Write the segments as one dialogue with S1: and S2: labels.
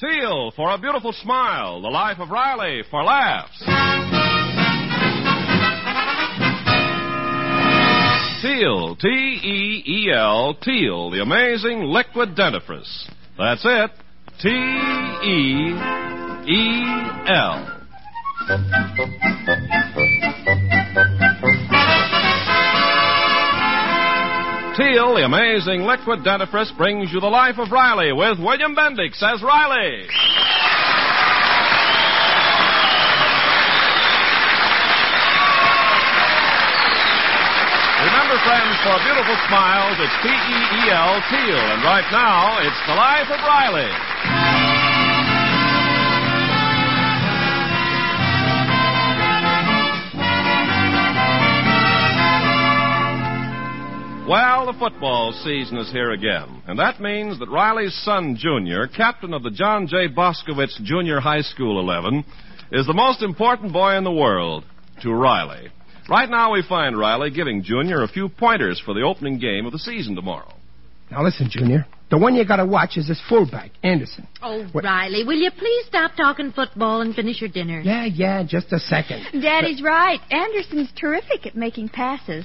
S1: Teal for a beautiful smile. The life of Riley for laughs. Teal, T E E L, Teal, the amazing liquid dentifrice. That's it. T E E L. Teal, the amazing liquid dentifrice, brings you the life of Riley with William Bendix as Riley. Remember, friends, for beautiful smiles, it's T E E L Teal, and right now it's the life of Riley. Well, the football season is here again, and that means that Riley's son, Jr., captain of the John J. Boskowitz Junior High School 11, is the most important boy in the world to Riley. Right now, we find Riley giving Junior a few pointers for the opening game of the season tomorrow.
S2: Now listen, Junior. The one you gotta watch is this fullback, Anderson.
S3: Oh,
S2: What-
S3: Riley, will you please stop talking football and finish your dinner?
S2: Yeah, yeah, just a second.
S4: Daddy's right. Anderson's terrific at making passes.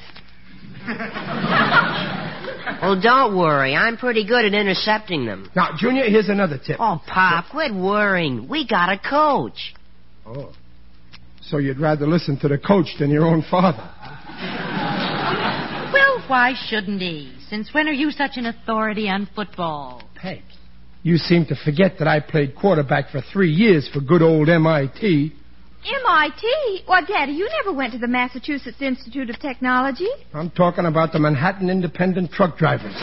S5: Oh, don't worry. I'm pretty good at intercepting them.
S2: Now, Junior, here's another tip.
S5: Oh, Pop, quit worrying. We got a coach.
S2: Oh. So you'd rather listen to the coach than your own father.
S3: Well, why shouldn't he? Since when are you such an authority on football?
S2: Peg, you seem to forget that I played quarterback for three years for good old MIT.
S4: MIT? Why, Daddy, you never went to the Massachusetts Institute of Technology.
S2: I'm talking about the Manhattan Independent Truck Drivers.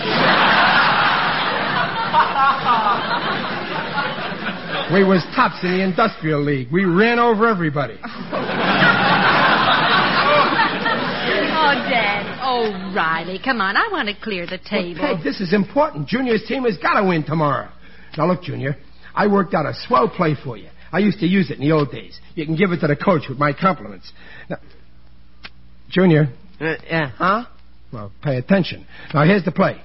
S2: we was tops in the Industrial League. We ran over everybody.
S4: Oh, Daddy.
S3: Oh, Riley, come on. I want to clear the table.
S2: Oh, Peg, this is important. Junior's team has got to win tomorrow. Now, look, Junior, I worked out a swell play for you. I used to use it in the old days. You can give it to the coach with my compliments. Now, Junior,
S5: Uh, uh, huh?
S2: well, pay attention. Now, here's the play.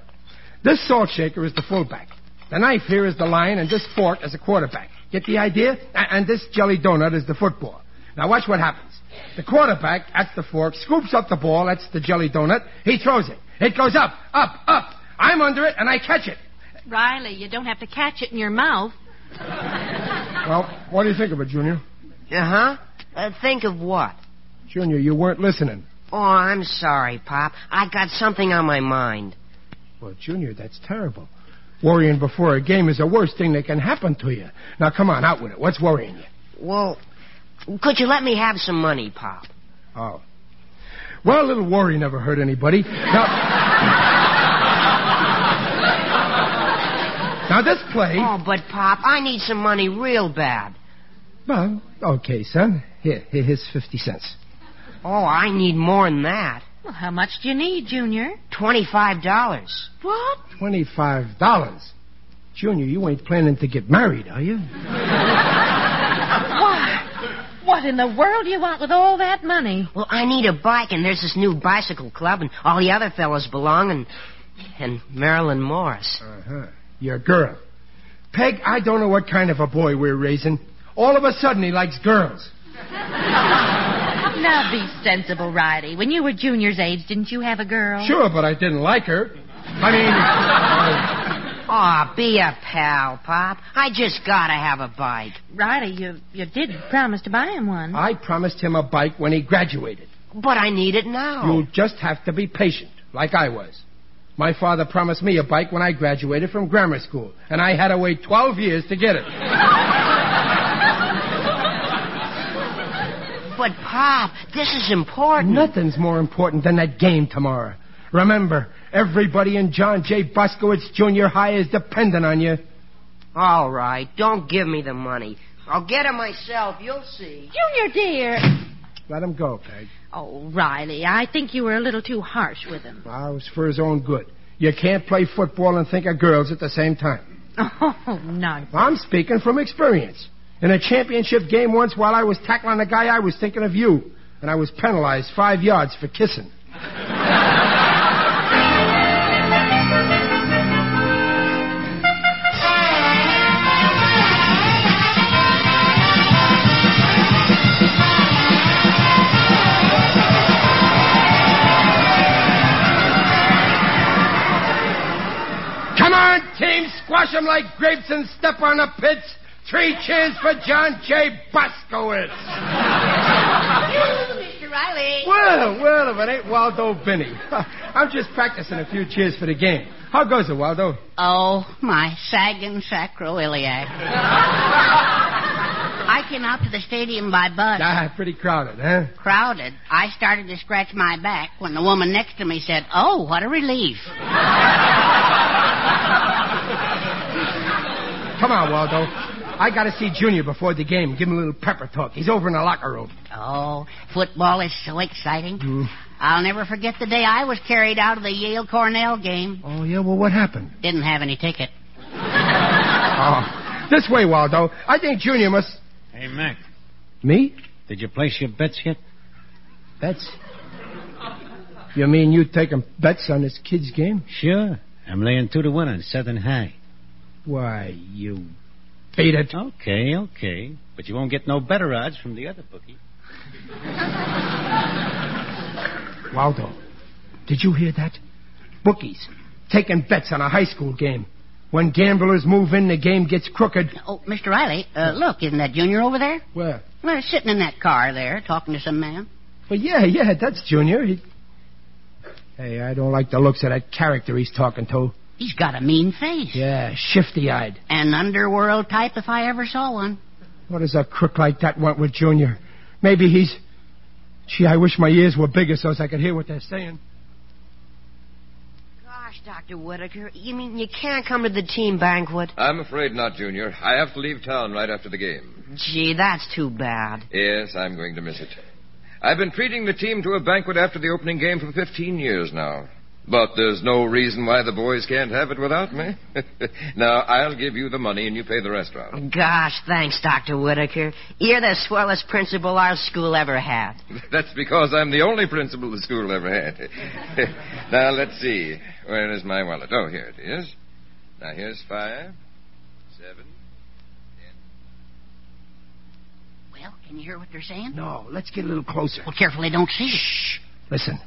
S2: This salt shaker is the fullback. The knife here is the line, and this fork is the quarterback. Get the idea? A- And this jelly donut is the football. Now, watch what happens. The quarterback, that's the fork, scoops up the ball, that's the jelly donut. He throws it. It goes up, up, up. I'm under it, and I catch it.
S3: Riley, you don't have to catch it in your mouth.
S2: Well, what do you think of it, Junior?
S5: Uh-huh? Uh, think of what?
S2: Junior, you weren't listening.
S5: Oh, I'm sorry, Pop. I got something on my mind.
S2: Well, Junior, that's terrible. Worrying before a game is the worst thing that can happen to you. Now, come on, out with it. What's worrying you?
S5: Well, could you let me have some money, Pop?
S2: Oh. Well, a little worry never hurt anybody. Now, now this play.
S5: Oh, but, Pop, I need some money real bad.
S2: Well, okay, son. Here, here, here's 50 cents.
S5: Oh, I need more than that.
S3: Well, how much do you need, Junior?
S5: Twenty-five dollars.
S3: What?
S2: $25. Junior, you ain't planning to get married, are you?
S3: Why? What in the world do you want with all that money?
S5: Well, I need a bike, and there's this new bicycle club, and all the other fellows belong, and... And Marilyn Morris.
S2: Uh-huh. Your girl. Peg, I don't know what kind of a boy we're raising. All of a sudden, he likes girls.
S3: Now be sensible, Riley. When you were Junior's age, didn't you have a girl?
S2: Sure, but I didn't like her. I mean,
S5: Aw, be a pal, Pop. I just gotta have a bike.
S3: Riley, you you did promise to buy him one.
S2: I, I promised him a bike when he graduated.
S5: But I need it now.
S2: You'll just have to be patient, like I was. My father promised me a bike when I graduated from grammar school, and I had to wait 12 years to get it.
S5: But, Pop, this is important.
S2: Nothing's more important than that game tomorrow. Remember, everybody in John J. Boskowitz Junior High is dependent on you.
S5: All right, don't give me the money. I'll get it myself. You'll see.
S3: Junior, dear.
S2: Let him go, Peg.
S3: Oh, Riley, I think you were a little too harsh with him.
S2: I Ah, was for his own good. You can't play football and think of girls at the same time.
S3: Oh, nonsense.
S2: I'm speaking from experience. In a championship game once, while I was tackling a guy, I was thinking of you, and I was penalized five yards for kissing. Come on, team, squash 'em like grapes and step on the pits. Three cheers for John J. Boskowitz.
S4: Mr. Riley.
S2: Well, well, if it ain't Waldo Binney. I'm just practicing a few cheers for the game. How goes it, Waldo?
S6: Oh, my sagging sacroiliac. I came out to the stadium by bus.
S2: Ah, pretty crowded, huh?
S6: Crowded. I started to scratch my back when the woman next to me said, Oh, what a relief.
S2: Come on, Waldo. I gotta see Junior before the game. Give him a little pepper talk. He's over in the locker room.
S6: Oh, football is so exciting.
S2: Mm.
S6: I'll never forget the day I was carried out of the Yale Cornell game.
S2: Oh, yeah? Well, what happened?
S6: Didn't have any ticket.
S2: Oh, this way, Waldo. I think Junior must.
S7: Hey, Mac,
S2: Me?
S7: did you place your bets yet?
S2: Bets? You mean you taking bets on this kid's game?
S7: Sure. I'm laying two to one on Southern High.
S2: Why, you beat it.
S7: Okay, okay. But you won't get no better odds from the other bookie.
S2: Waldo, did you hear that? Bookies taking bets on a high school game. When gamblers move in, the game gets crooked.
S6: Oh, Mr. Riley, uh, look, isn't that Junior over there?
S2: Well,
S6: Well, sitting in that car there, talking to some man.
S2: well, yeah, yeah, that's Junior. He... Hey, I don't like the looks of that character he's talking to.
S6: He's got a mean face.
S2: Yeah, shifty-eyed.
S6: An underworld type if I ever saw one.
S2: What does a crook like that want with Junior? Maybe he's. Gee, I wish my ears were bigger so as I could hear what they're saying.
S5: Gosh, Dr. Whitaker, you mean you can't come to the team banquet?
S8: I'm afraid not, Junior. I have to leave town right after the game.
S5: Gee, that's too bad.
S8: Yes, I'm going to miss it. I've been treating the team to a banquet after the opening game for 15 years now. But there's no reason why the boys can't have it without me. now, I'll give you the money and you pay the restaurant.
S5: Gosh, thanks, Dr. Whitaker. You're the swellest principal our school ever had.
S8: That's because I'm the only principal the school ever had. now, let's see. Where is my wallet? Oh, here it is. Now, here's five, seven.
S6: Well, can you hear what they're saying?
S2: No, let's get a little closer.
S6: Well, careful they don't see you. Shh.
S2: Listen,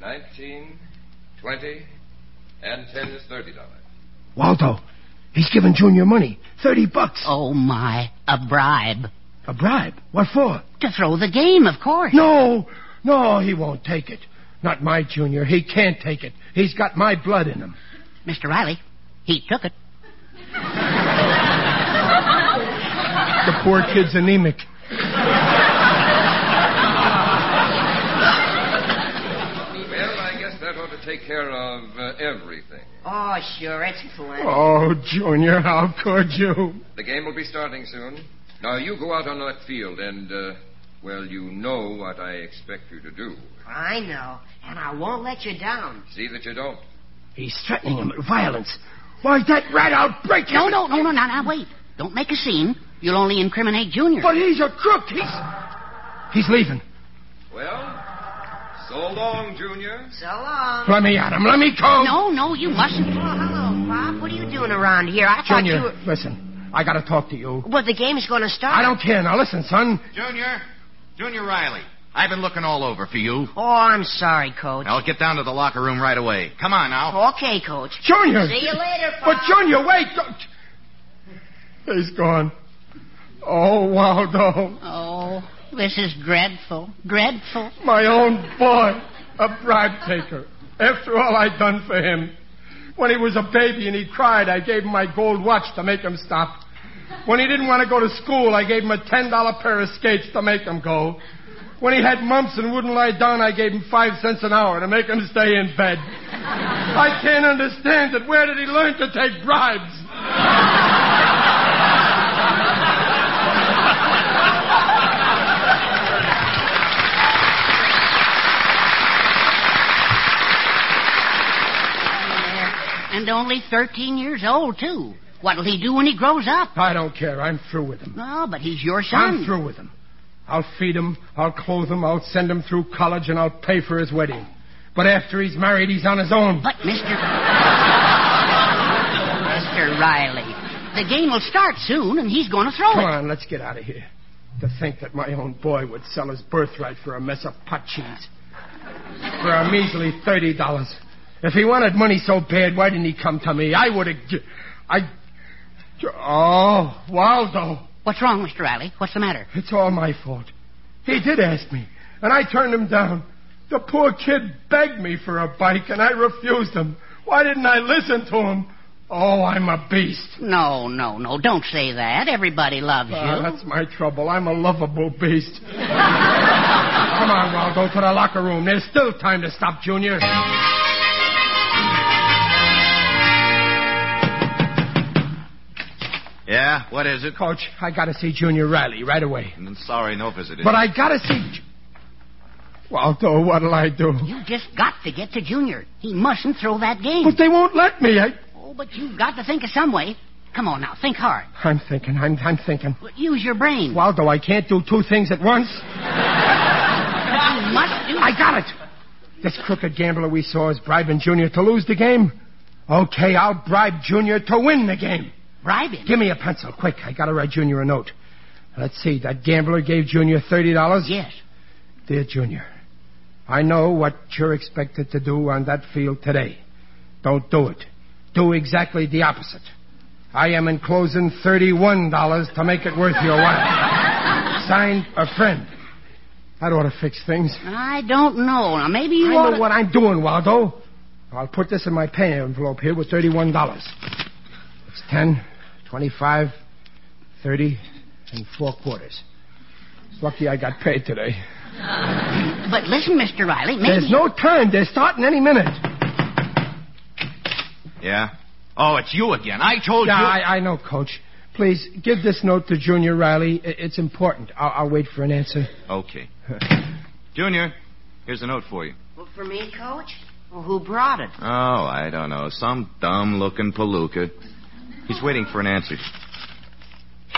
S8: 19, 20, and 10 is $30.
S2: Waldo, he's giving Junior money. Thirty bucks.
S6: Oh, my. A bribe.
S2: A bribe? What for?
S6: To throw the game, of course.
S2: No, no, he won't take it. Not my Junior. He can't take it. He's got my blood in him.
S6: Mr. Riley, he took it.
S2: The poor kid's anemic.
S8: Well, I guess that ought to take care of uh, everything.
S5: Oh, sure, it's plenty.
S2: Oh, Junior, how could you?
S8: The game will be starting soon. Now, you go out on that field and, uh, well, you know what I expect you to do.
S5: I know, and I won't let you down.
S8: See that you don't.
S2: He's threatening him with violence. Why, that rat out break
S6: No, no, no, no, no, no, wait. Don't make a scene. You'll only incriminate Junior.
S2: But he's a crook. He's. He's leaving.
S8: Well, so long, Junior.
S5: So long.
S2: Let me at him. Let me go.
S6: No, no, you mustn't.
S5: Oh, hello, Pop. What are you doing around here? I thought you
S2: Junior,
S5: were...
S2: listen. I gotta talk to you.
S5: Well, the game's going to start.
S2: I don't care. Now, listen, son.
S9: Junior? Junior Riley. I've been looking all over for you.
S5: Oh, I'm sorry, Coach.
S9: Now get down to the locker room right away. Come on now.
S5: Okay, Coach.
S2: Junior!
S5: See you later, Pop.
S2: But, Junior, wait! Don't- He's gone. Oh, Waldo.
S6: Oh, this is dreadful. Dreadful.
S2: My own boy. A bribe taker. After all I'd done for him. When he was a baby and he cried, I gave him my gold watch to make him stop. When he didn't want to go to school, I gave him a $10 pair of skates to make him go. When he had mumps and wouldn't lie down, I gave him five cents an hour to make him stay in bed. I can't understand it. Where did he learn to take bribes?
S6: And only 13 years old, too. What'll he do when he grows up?
S2: I don't care. I'm through with him.
S6: No, but he's your son.
S2: I'm through with him. I'll feed him, I'll clothe him, I'll send him through college, and I'll pay for his wedding. But after he's married, he's on his own.
S6: But, Mr. Mr. Riley, the game will start soon, and he's going to throw
S2: Come
S6: it.
S2: on, let's get out of here. To think that my own boy would sell his birthright for a mess of pot cheese. For a measly $30. If he wanted money so bad, why didn't he come to me? I would have. I. Oh, Waldo.
S6: What's wrong, Mr. Riley? What's the matter?
S2: It's all my fault. He did ask me, and I turned him down. The poor kid begged me for a bike, and I refused him. Why didn't I listen to him? Oh, I'm a beast.
S6: No, no, no. Don't say that. Everybody loves
S2: Ah,
S6: you.
S2: that's my trouble. I'm a lovable beast. Come on, Waldo, to the locker room. There's still time to stop Junior.
S9: Yeah, what is it?
S2: Coach, I gotta see Junior Riley right away.
S9: I'm sorry, no visitor.
S2: But I gotta see. Ju- Waldo, what'll I do?
S6: You just got to get to Junior. He mustn't throw that game.
S2: But they won't let me. I,
S6: Oh, but you've got to think of some way. Come on now, think hard.
S2: I'm thinking. I'm, I'm thinking.
S6: But use your brain.
S2: Waldo, I can't do two things at once.
S6: You must do.
S2: I got it. This crooked gambler we saw is bribing Junior to lose the game. Okay, I'll bribe Junior to win the game.
S6: Bribe him.
S2: Give me a pencil, quick. I gotta write Junior a note. Let's see, that gambler gave Junior $30?
S6: Yes.
S2: Dear Junior, I know what you're expected to do on that field today. Don't do it. Do exactly the opposite. I am enclosing $31 to make it worth your while. Signed, a friend. That ought to fix things.
S6: I don't know. Now maybe you
S2: I
S6: ought
S2: know what I'm doing, Waldo. I'll put this in my pay envelope here with $31. It's 10, 25, 30, and four quarters. It's lucky I got paid today.
S6: But listen, Mr. Riley, maybe
S2: There's no time. They're starting any minute.
S9: Yeah? Oh, it's you again. I told
S2: yeah,
S9: you.
S2: I, I know, Coach. Please give this note to Junior Riley. I- It's important. I'll, I'll wait for an answer.
S9: Okay. Junior, here's a note for you.
S5: Well, for me, Coach? Well, who brought it?
S9: Oh, I don't know. Some dumb looking palooka. He's waiting for an answer.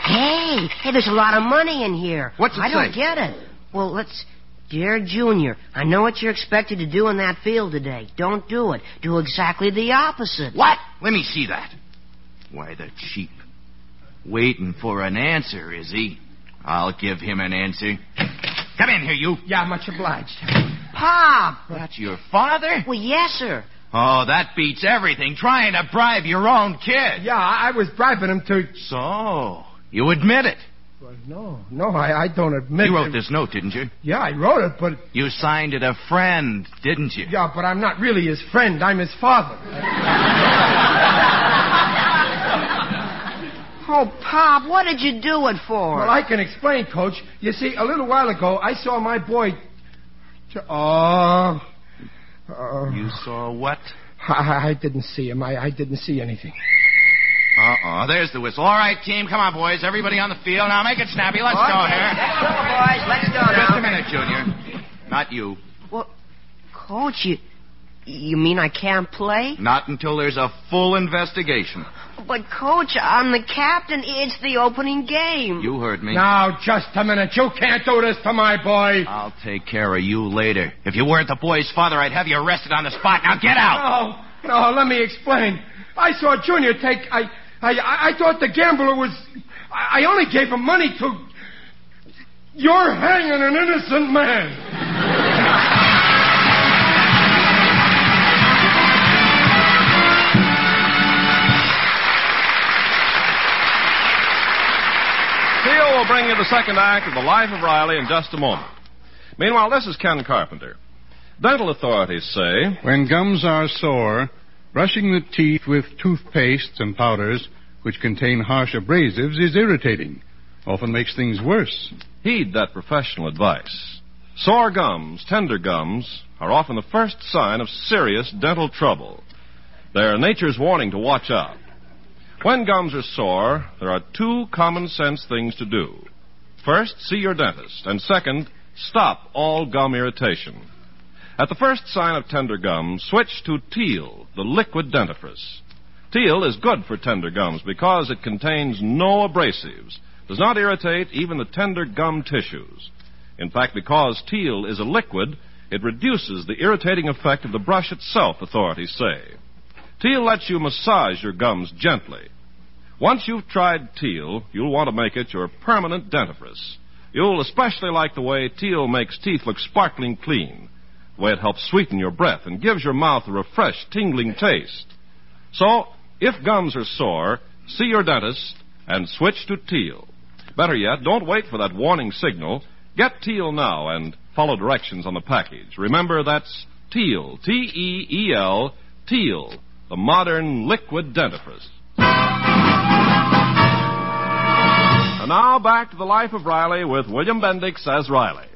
S5: Hey, hey, there's a lot of money in here.
S9: What's it
S5: I don't
S9: say?
S5: get it. Well, let's. Dear Junior, I know what you're expected to do in that field today. Don't do it. Do exactly the opposite.
S9: What? Let me see that. Why, the cheap. Waiting for an answer, is he? I'll give him an answer. Come in here, you.
S2: Yeah, much obliged.
S5: Pop!
S9: That's your father?
S5: Well, yes, sir.
S9: Oh, that beats everything. Trying to bribe your own kid.
S2: Yeah, I, I was bribing him to.
S9: So, you admit it.
S2: Well, no, no, I, I don't admit.
S9: You wrote
S2: it.
S9: this note, didn't you?
S2: Yeah, I wrote it, but
S9: You signed it a friend, didn't you?
S2: yeah, but I'm not really his friend. I'm his father.
S5: Oh, Pop, what did you do it for?
S2: Well, I can explain, Coach. You see, a little while ago, I saw my boy. Oh. Oh.
S9: You saw what?
S2: I, I didn't see him. I, I didn't see anything.
S9: Uh-oh. There's the whistle. All right, team. Come on, boys. Everybody on the field. Now make it snappy. Let's go
S5: Okay,
S9: here.
S5: Let's go, boys. Let's go now.
S9: Just a minute, Junior. Not you.
S5: Well, Coach, you, you mean I can't play?
S9: Not until there's a full investigation.
S5: But, Coach, I'm the captain. It's the opening game.
S9: You heard me.
S2: Now, just a minute. You can't do this to my boy.
S9: I'll take care of you later. If you weren't the boy's father, I'd have you arrested on the spot. Now get out.
S2: No, no, let me explain. I saw Junior take. I, I, I thought the gambler was. I, I only gave him money to. You're hanging an innocent man.
S1: Theo will bring you the second act of The Life of Riley in just a moment. Meanwhile, this is Ken Carpenter. Dental authorities say
S10: When gums are sore, brushing the teeth with toothpastes and powders which contain harsh abrasives is irritating, often makes things worse.
S1: heed that professional advice. Sore gums, tender gums, are often the first sign of serious dental trouble. They're nature's warning to watch out. When gums are sore, there are two common sense things to do. First, see your dentist, and second, stop all gum irritation. At the first sign of tender gums, switch to Teal, the liquid dentifrice. Teal is good for tender gums because it contains no abrasives, does not irritate even the tender gum tissues. In fact, because Teal is a liquid, it reduces the irritating effect of the brush itself, authorities say. Teal lets you massage your gums gently. Once you've tried Teal, you'll want to make it your permanent dentifrice. You'll especially like the way Teal makes teeth look sparkling clean, the way it helps sweeten your breath and gives your mouth a refreshed, tingling taste. So, if gums are sore, see your dentist and switch to Teal. Better yet, don't wait for that warning signal. Get Teal now and follow directions on the package. Remember, that's Teal, T E E L, Teal, the modern liquid dentifrice. And now back to the life of Riley with William Bendix as Riley.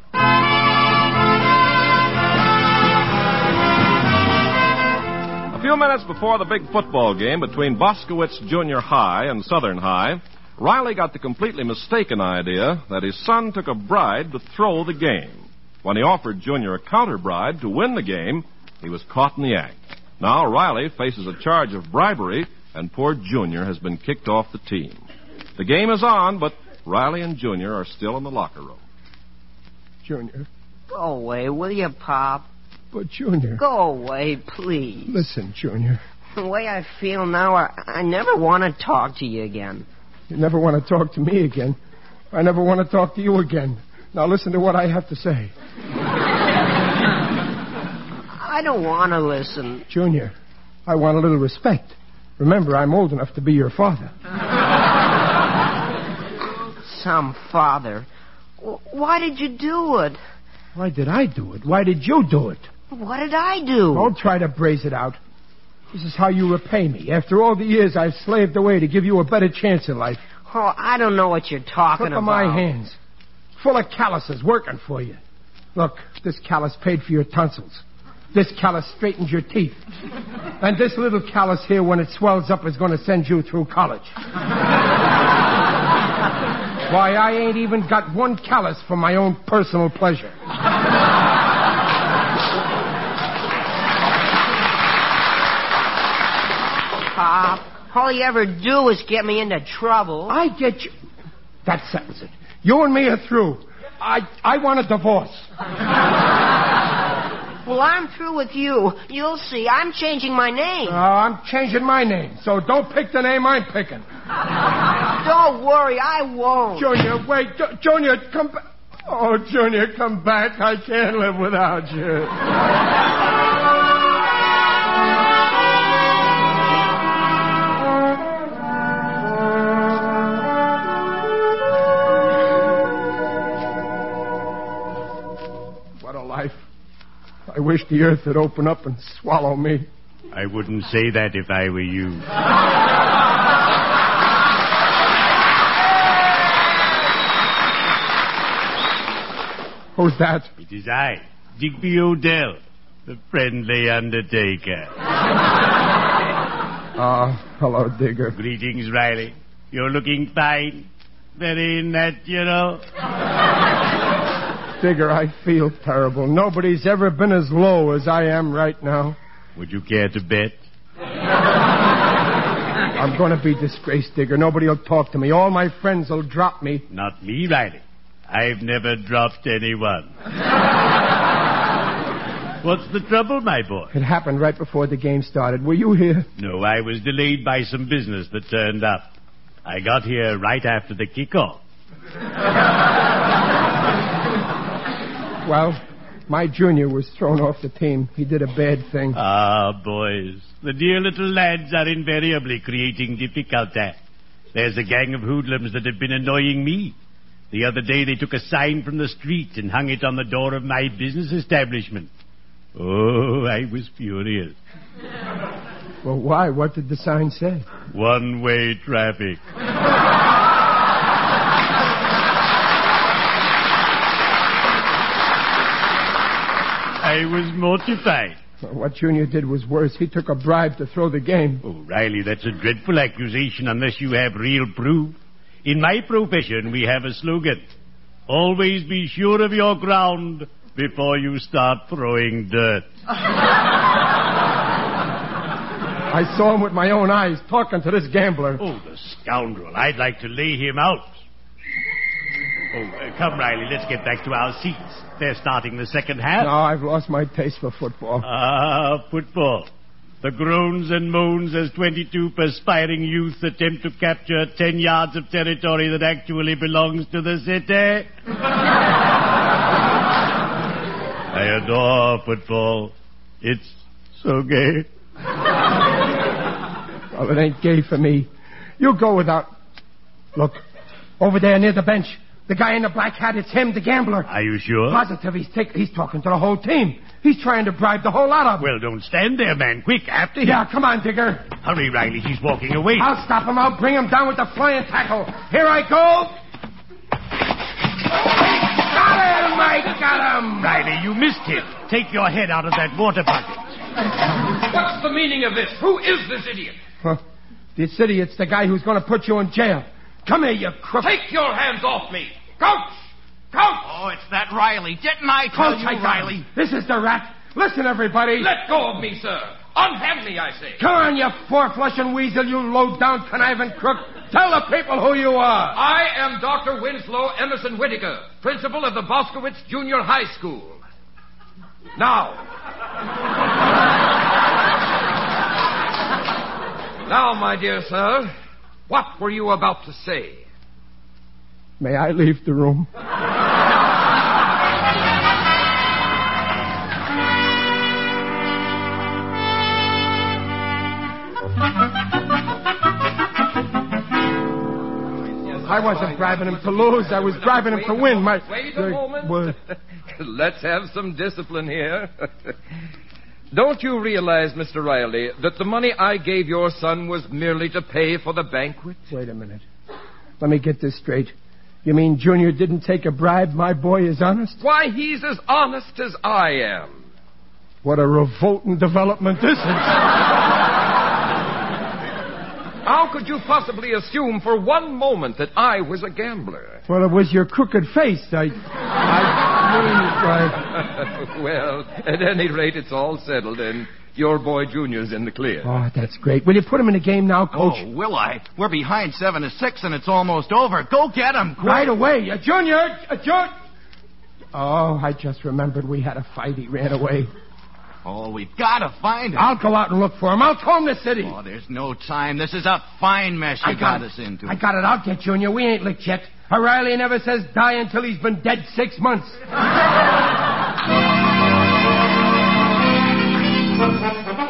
S1: A few minutes before the big football game between Boskowitz Junior High and Southern High, Riley got the completely mistaken idea that his son took a bride to throw the game. When he offered Junior a counter bribe to win the game, he was caught in the act. Now Riley faces a charge of bribery, and poor Junior has been kicked off the team. The game is on, but Riley and Junior are still in the locker room.
S2: Junior.
S5: Go away, will you, Pop?
S2: But, Junior.
S5: Go away, please.
S2: Listen, Junior.
S5: The way I feel now, I, I never want to talk to you again.
S2: You never want to talk to me again. I never want to talk to you again. Now listen to what I have to say.
S5: I don't want to listen.
S2: Junior, I want a little respect. Remember, I'm old enough to be your father.
S5: Some father. W- Why did you do it?
S2: Why did I do it? Why did you do it?
S5: What did I do?
S2: Don't try to braze it out. This is how you repay me. After all the years I've slaved away to give you a better chance in life.
S5: Oh, I don't know what you're talking
S2: Look
S5: about.
S2: at my hands. Full of calluses working for you. Look, this callus paid for your tonsils. This callus straightens your teeth. And this little callus here, when it swells up, is going to send you through college. Why, I ain't even got one callus for my own personal pleasure.
S5: Pop. All you ever do is get me into trouble.
S2: I get you. That settles it. You and me are through. I, I want a divorce.
S5: Well, I'm through with you. You'll see. I'm changing my name.
S2: Oh, I'm changing my name, so don't pick the name I'm picking.
S5: Don't worry, I won't.
S2: Junior, wait. Ju- Junior, come back. Oh, Junior, come back. I can't live without you. What a life. I wish the earth would open up and swallow me.
S11: I wouldn't say that if I were you.
S2: Who's that?
S11: It is I, Digby Odell, the friendly undertaker. Uh-uh.
S2: Ah, hello, Digger.
S11: Greetings, Riley. You're looking fine. Very natural.
S2: Digger, I feel terrible. Nobody's ever been as low as I am right now.
S11: Would you care to bet?
S2: I'm going to be disgraced, Digger. Nobody will talk to me. All my friends will drop me.
S11: Not me, Riley. I've never dropped anyone. What's the trouble, my boy?
S2: It happened right before the game started. Were you here?
S11: No, I was delayed by some business that turned up. I got here right after the kickoff.
S2: Well, my junior was thrown off the team. He did a bad thing.
S11: Ah, boys. The dear little lads are invariably creating difficulty. There's a gang of hoodlums that have been annoying me. The other day they took a sign from the street and hung it on the door of my business establishment. Oh, I was furious.
S2: Well, why? What did the sign say?
S11: One way traffic. I was mortified.
S2: What Junior did was worse. He took a bribe to throw the game.
S11: Oh, Riley, that's a dreadful accusation unless you have real proof. In my profession, we have a slogan. Always be sure of your ground before you start throwing dirt.
S2: I saw him with my own eyes talking to this gambler.
S11: Oh, the scoundrel. I'd like to lay him out. Oh, uh, come, Riley, let's get back to our seats. They're starting the second half.
S2: Now I've lost my taste for football.
S11: Ah, football. The groans and moans as 22 perspiring youth attempt to capture 10 yards of territory that actually belongs to the city. I adore football. It's so gay.
S2: Well, it ain't gay for me. You go without. Look, over there near the bench, the guy in the black hat. It's him, the gambler.
S11: Are you sure?
S2: Positive. He's take, he's talking to the whole team. He's trying to bribe the whole lot of them.
S11: Well, don't stand there, man. Quick, after him.
S2: Yeah, come on, Digger.
S11: Hurry, Riley. He's walking away.
S2: I'll stop him. I'll bring him down with the flying tackle. Here I go. Got him! I got him!
S11: Riley, you missed him. Take your head out of that water bucket.
S12: What's the meaning of this? Who is this idiot?
S2: Huh. This idiot's the guy who's going to put you in jail. Come here, you crook.
S12: Take your hands off me. Coach! Coach!
S9: Oh, it's that Riley. Didn't I tell
S2: Coach,
S9: you,
S2: I got
S9: Riley?
S2: him. This is the rat. Listen, everybody.
S12: Let go of me, sir. Unhand me, I say.
S2: Come on, you four-flushing weasel, you low-down conniving crook. Tell the people who you are.
S12: I am Dr. Winslow Emerson Whittaker, principal of the Boskowitz Junior High School. Now. now, my dear sir, what were you about to say?
S2: May I leave the room? I wasn't bribing him to lose. I was bribing him to win. My
S12: Wait
S2: uh,
S12: a moment.
S2: well,
S8: Let's have some discipline here. Don't you realize, Mr. Riley, that the money I gave your son was merely to pay for the banquet?
S2: Wait a minute. Let me get this straight. You mean Junior didn't take a bribe? My boy is honest?
S8: Why, he's as honest as I am.
S2: What a revolting development this is.
S8: How could you possibly assume for one moment that I was a gambler?
S2: Well, it was your crooked face. I. I. really- I-
S8: well, at any rate, it's all settled, and your boy Junior's in the clear.
S2: Oh, that's great. Will you put him in the game now, Coach?
S9: Oh, will I? We're behind seven to six, and it's almost over. Go get him, quick.
S2: Right away. Uh, junior! Uh, jun- Oh, I just remembered we had a fight. He ran away.
S9: Oh, we've got to find him.
S2: I'll go out and look for him. I'll tell him the city.
S9: Oh, there's no time. This is a fine mess you got, us into.
S2: I got it. I'll get Junior. We ain't licked yet. O'Reilly never says die until he's been dead six months.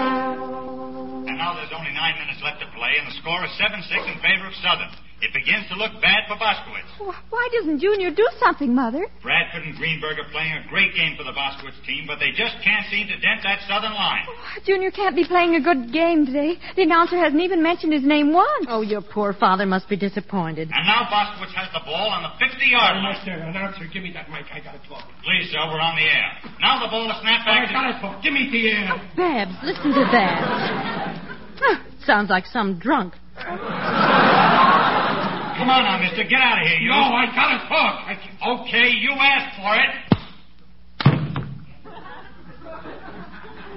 S13: And now there's only nine minutes left to play, and the score is 7 6 in favor of Southern. It begins to look bad for Boskowitz.
S4: Wh- Why doesn't Junior do something, Mother?
S13: Bradford and Greenberg are playing a great game for the Boskowitz team, but they just can't seem to dent that Southern line.
S4: Junior can't be playing a good game today. The announcer hasn't even mentioned his name once.
S3: Oh, your poor father must be disappointed.
S13: And now Boskowitz has the ball on the 50 yard line.
S14: announcer, give me that mic. I gotta talk.
S13: Please, sir, we're on the air. Now the ball is snapped back.
S14: I
S13: to-
S14: gotta talk. Give me the air.
S3: Babs, listen to that. Huh, Sounds like some drunk.
S13: Come on now, mister. Get out of here. You.
S14: No, I gotta talk. I can't-
S13: Okay, you asked for it.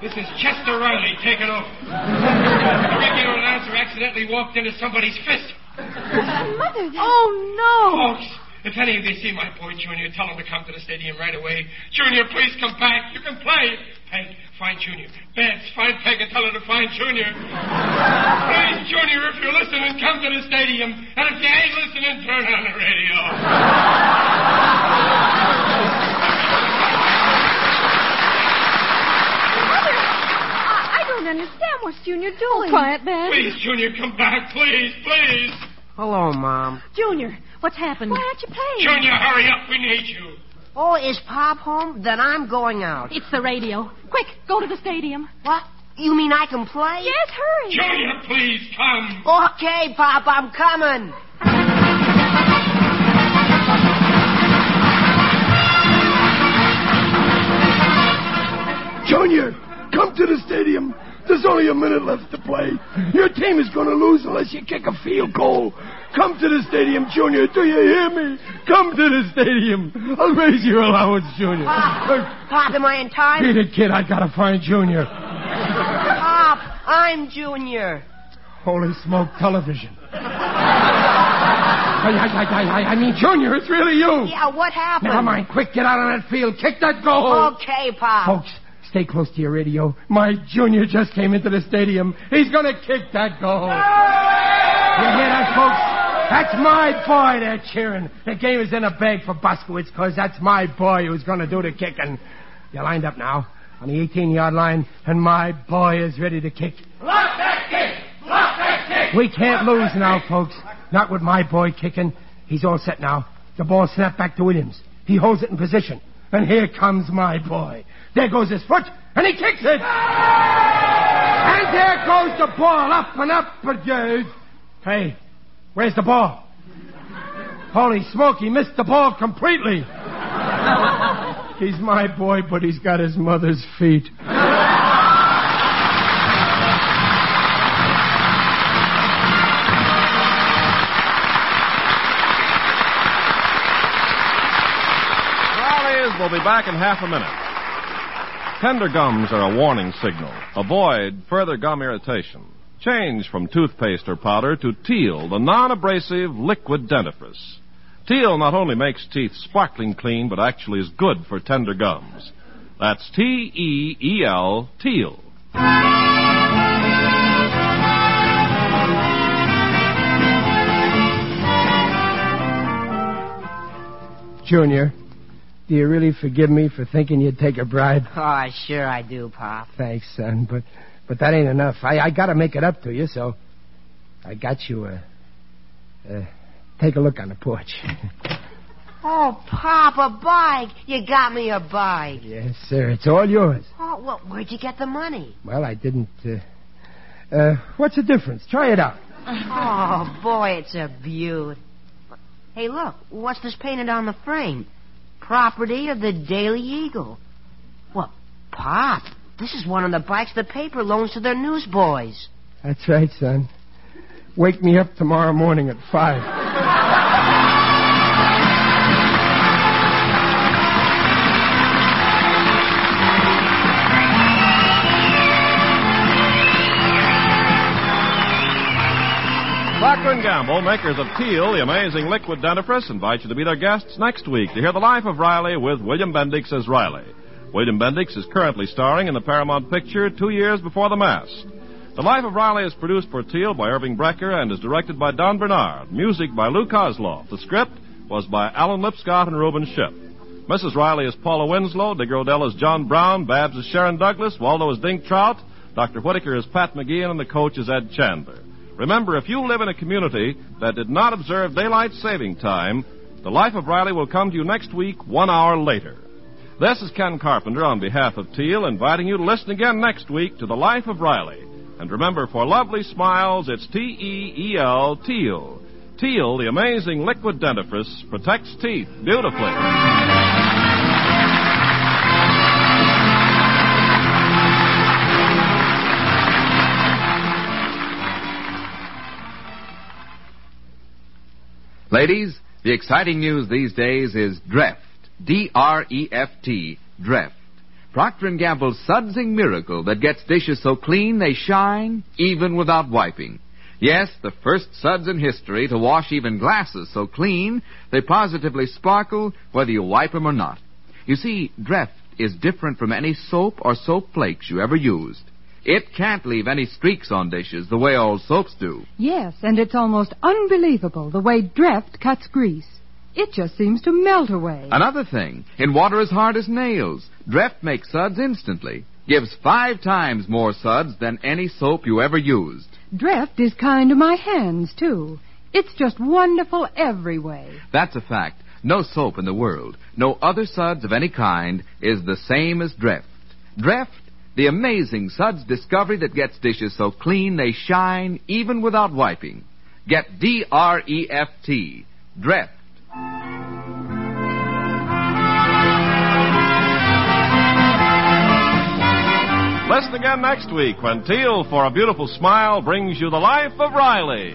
S14: This is Chester Riley. Take it over. the regular announcer accidentally walked into somebody's fist.
S4: Mother, that-
S3: Oh,
S14: Folks, if any of you see my boy Junior, tell him to come to the stadium right away. Junior, please come back. You can play. Peg, find Junior. Babs, find Peg and tell her to find Junior. please, Junior, if you're listening, come to the stadium. And if you ain't listening, turn on the radio.
S4: Mother, I, I don't understand what's Junior doing.
S5: Oh,
S3: quiet, Babs.
S14: Please, Junior, come back. Please, please.
S5: Hello, Mom.
S3: Junior, what's happened?
S4: Why aren't you playing?
S14: Junior, hurry up. We need you.
S5: Oh, is Pop home? Then I'm going out.
S3: It's the radio. Quick, go to the stadium.
S5: What? You mean I can play?
S4: Yes, hurry.
S14: Junior, um, please come.
S5: Okay, Pop, I'm coming.
S2: Junior, come to the stadium. There's only a minute left to play. Your team is going to lose unless you kick a field goal. Come to the stadium, Junior. Do you hear me? Come to the stadium. I'll raise your allowance, Junior.
S5: Ah, Pop, Pop, am I in time?
S2: Beat it, kid. I gotta find Junior.
S5: Pop, I'm Junior.
S2: Holy smoke, television. I, I, I, I, I mean, Junior, it's really you.
S5: Yeah, what happened?
S2: Never mind. Quick, get out on that Oh, field. Kick that goal.
S5: Okay, Pop.
S2: Folks, stay close to your radio. My Junior just came into the stadium. He's gonna kick that goal. You hear that, folks? That's my boy they're cheering. The game is in a bag for Boskowitz because that's my boy who's going to do the kicking. You're lined up now on the 18 yard line, and my boy is ready to kick.
S14: Block that kick! Block that kick!
S2: We can't lose now, folks. Not with my boy kicking. He's all set now. The ball snapped back to Williams. He holds it in position. And here comes my boy. There goes his foot, and he kicks it. And there goes the ball up and up. But uh, hey, where's the ball? Holy smoke, he missed the ball completely. He's my boy, but he's got his mother's feet.
S1: Rallies will be back in half a minute. Tender gums are a warning signal. Avoid further gum irritation. Change from toothpaste or powder to Teal, the non-abrasive liquid dentifrice. Teal not only makes teeth sparkling clean, but actually is good for tender gums. That's T-E-E-L, Teal.
S2: Junior, do you really forgive me for thinking you'd take a bribe?
S5: Oh, sure I do, Pop.
S2: Thanks, son, but but that ain't enough. I, I gotta make it up to you, so I got you a. a take a look on the porch.
S5: Oh, Pop, a bike. You got me a bike.
S2: yes, sir, it's all yours.
S5: Oh, well, where'd you get the money?
S2: Well, I didn't. Uh, uh, what's the difference? Try it out.
S5: Oh, boy, it's a beaut. Hey, look, what's this painted on the frame? Property of the Daily Eagle. What, Pop, this is one of the bikes the paper loans to their newsboys.
S2: That's right, son. Wake me up tomorrow morning at five.
S1: Procter and Gamble, makers of Teal, the amazing liquid dentifrice, invite you to be their guests next week to hear the life of Riley with William Bendix as Riley. William Bendix is currently starring in the Paramount picture Two Years Before the Mass. The Life of Riley is produced for Teal by Irving Brecker and is directed by Don Bernard. Music by Lou Kozloff. The script was by Alan Lipscott and Reuben Ship. Mrs. Riley is Paula Winslow, Dick Rodell is John Brown, Babs is Sharon Douglas, Waldo is Dink Trout, Dr. Whitaker is Pat McGeehan, and the coach is Ed Chandler. Remember, if you live in a community that did not observe daylight saving time, the life of Riley will come to you next week, one hour later. This is Ken Carpenter on behalf of Teal, inviting you to listen again next week to The Life of Riley. And remember, for lovely smiles, it's T E E L, Teal. Teal, the amazing liquid dentifrice, protects teeth beautifully.
S15: Ladies, the exciting news these days is Dreft. D-R-E-F-T, Dreft. Procter & Gamble's sudsing miracle that gets dishes so clean they shine even without wiping. Yes, the first suds in history to wash even glasses so clean they positively sparkle whether you wipe them or not. You see, Dreft is different from any soap or soap flakes you ever used. It can't leave any streaks on dishes the way old soaps do.
S16: Yes, and it's almost unbelievable the way Dreft cuts grease. It just seems to melt away.
S15: Another thing, in water as hard as nails, Dreft makes suds instantly. Gives five times more suds than any soap you ever used.
S16: Dreft is kind to my hands, too. It's just wonderful every way.
S15: That's a fact. No soap in the world, no other suds of any kind, is the same as Dreft. Dreft, the amazing suds discovery that gets dishes so clean they shine even without wiping. Get D R E F T, Dreft.
S1: listen again next week when Teal for a Beautiful Smile brings you the life of Riley.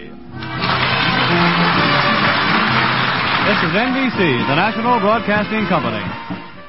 S17: This is NBC, the National Broadcasting Company.